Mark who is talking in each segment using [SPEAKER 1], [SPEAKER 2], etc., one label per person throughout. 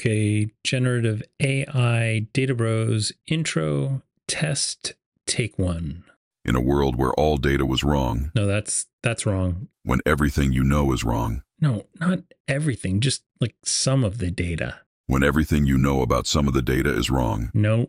[SPEAKER 1] Okay, generative AI Data Bros intro test take one.
[SPEAKER 2] In a world where all data was wrong,
[SPEAKER 1] No, that's that's wrong.
[SPEAKER 2] when everything you know is wrong,
[SPEAKER 1] No, not everything, just like some of the data.
[SPEAKER 2] when everything you know about some of the data is wrong,
[SPEAKER 1] No,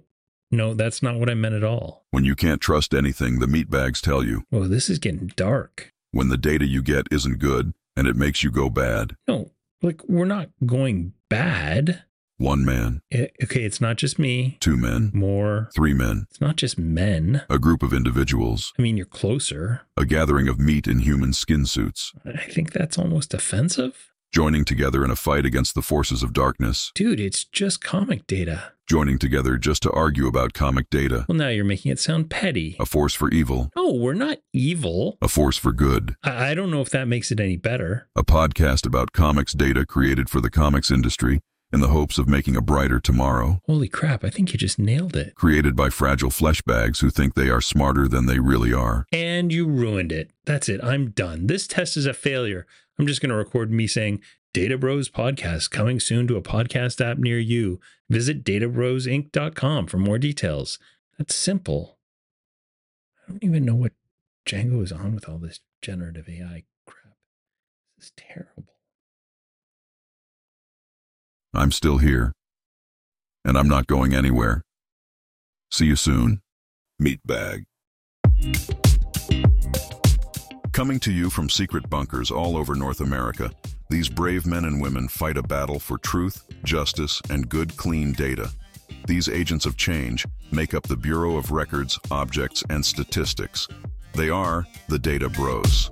[SPEAKER 1] no, that's not what I meant at all.
[SPEAKER 2] when you can't trust anything the meatbags tell you,
[SPEAKER 1] Whoa, this is getting dark.
[SPEAKER 2] when the data you get isn't good and it makes you go bad.
[SPEAKER 1] No, like we're not going bad.
[SPEAKER 2] One man,
[SPEAKER 1] Eh, okay, it's not just me.
[SPEAKER 2] two men,
[SPEAKER 1] More.
[SPEAKER 2] three men,
[SPEAKER 1] It's not just men.
[SPEAKER 2] a group of individuals,
[SPEAKER 1] I mean, you're closer.
[SPEAKER 2] a gathering of meat in human skin suits,
[SPEAKER 1] I think that's almost offensive.
[SPEAKER 2] joining together in a fight against the forces of darkness,
[SPEAKER 1] Dude, it's just comic data.
[SPEAKER 2] joining together just to argue about comic data,
[SPEAKER 1] Well, now you're making it sound petty.
[SPEAKER 2] a force for evil,
[SPEAKER 1] No, we're not evil.
[SPEAKER 2] a force for good,
[SPEAKER 1] I, I don't know if that makes it any better.
[SPEAKER 2] a podcast about comics data created for the comics industry in the hopes of making a brighter tomorrow,
[SPEAKER 1] Holy crap, I think you just nailed it.
[SPEAKER 2] created by fragile fleshbags who think they are smarter than they really are.
[SPEAKER 1] And you ruined it. That's it. I'm done. This test is a failure. I'm just going to record me saying Data Bros podcast coming soon to a podcast app near you. Visit databrosinc.com for more details. That's simple. I don't even know what Django is on with all this generative AI crap. This is terrible.
[SPEAKER 2] I'm still here. And I'm not going anywhere. See you soon. Meatbag. Coming to you from secret bunkers all over North America, these brave men and women fight a battle for truth, justice, and good, clean data. These agents of change make up the Bureau of Records, Objects, and Statistics. They are the Data Bros.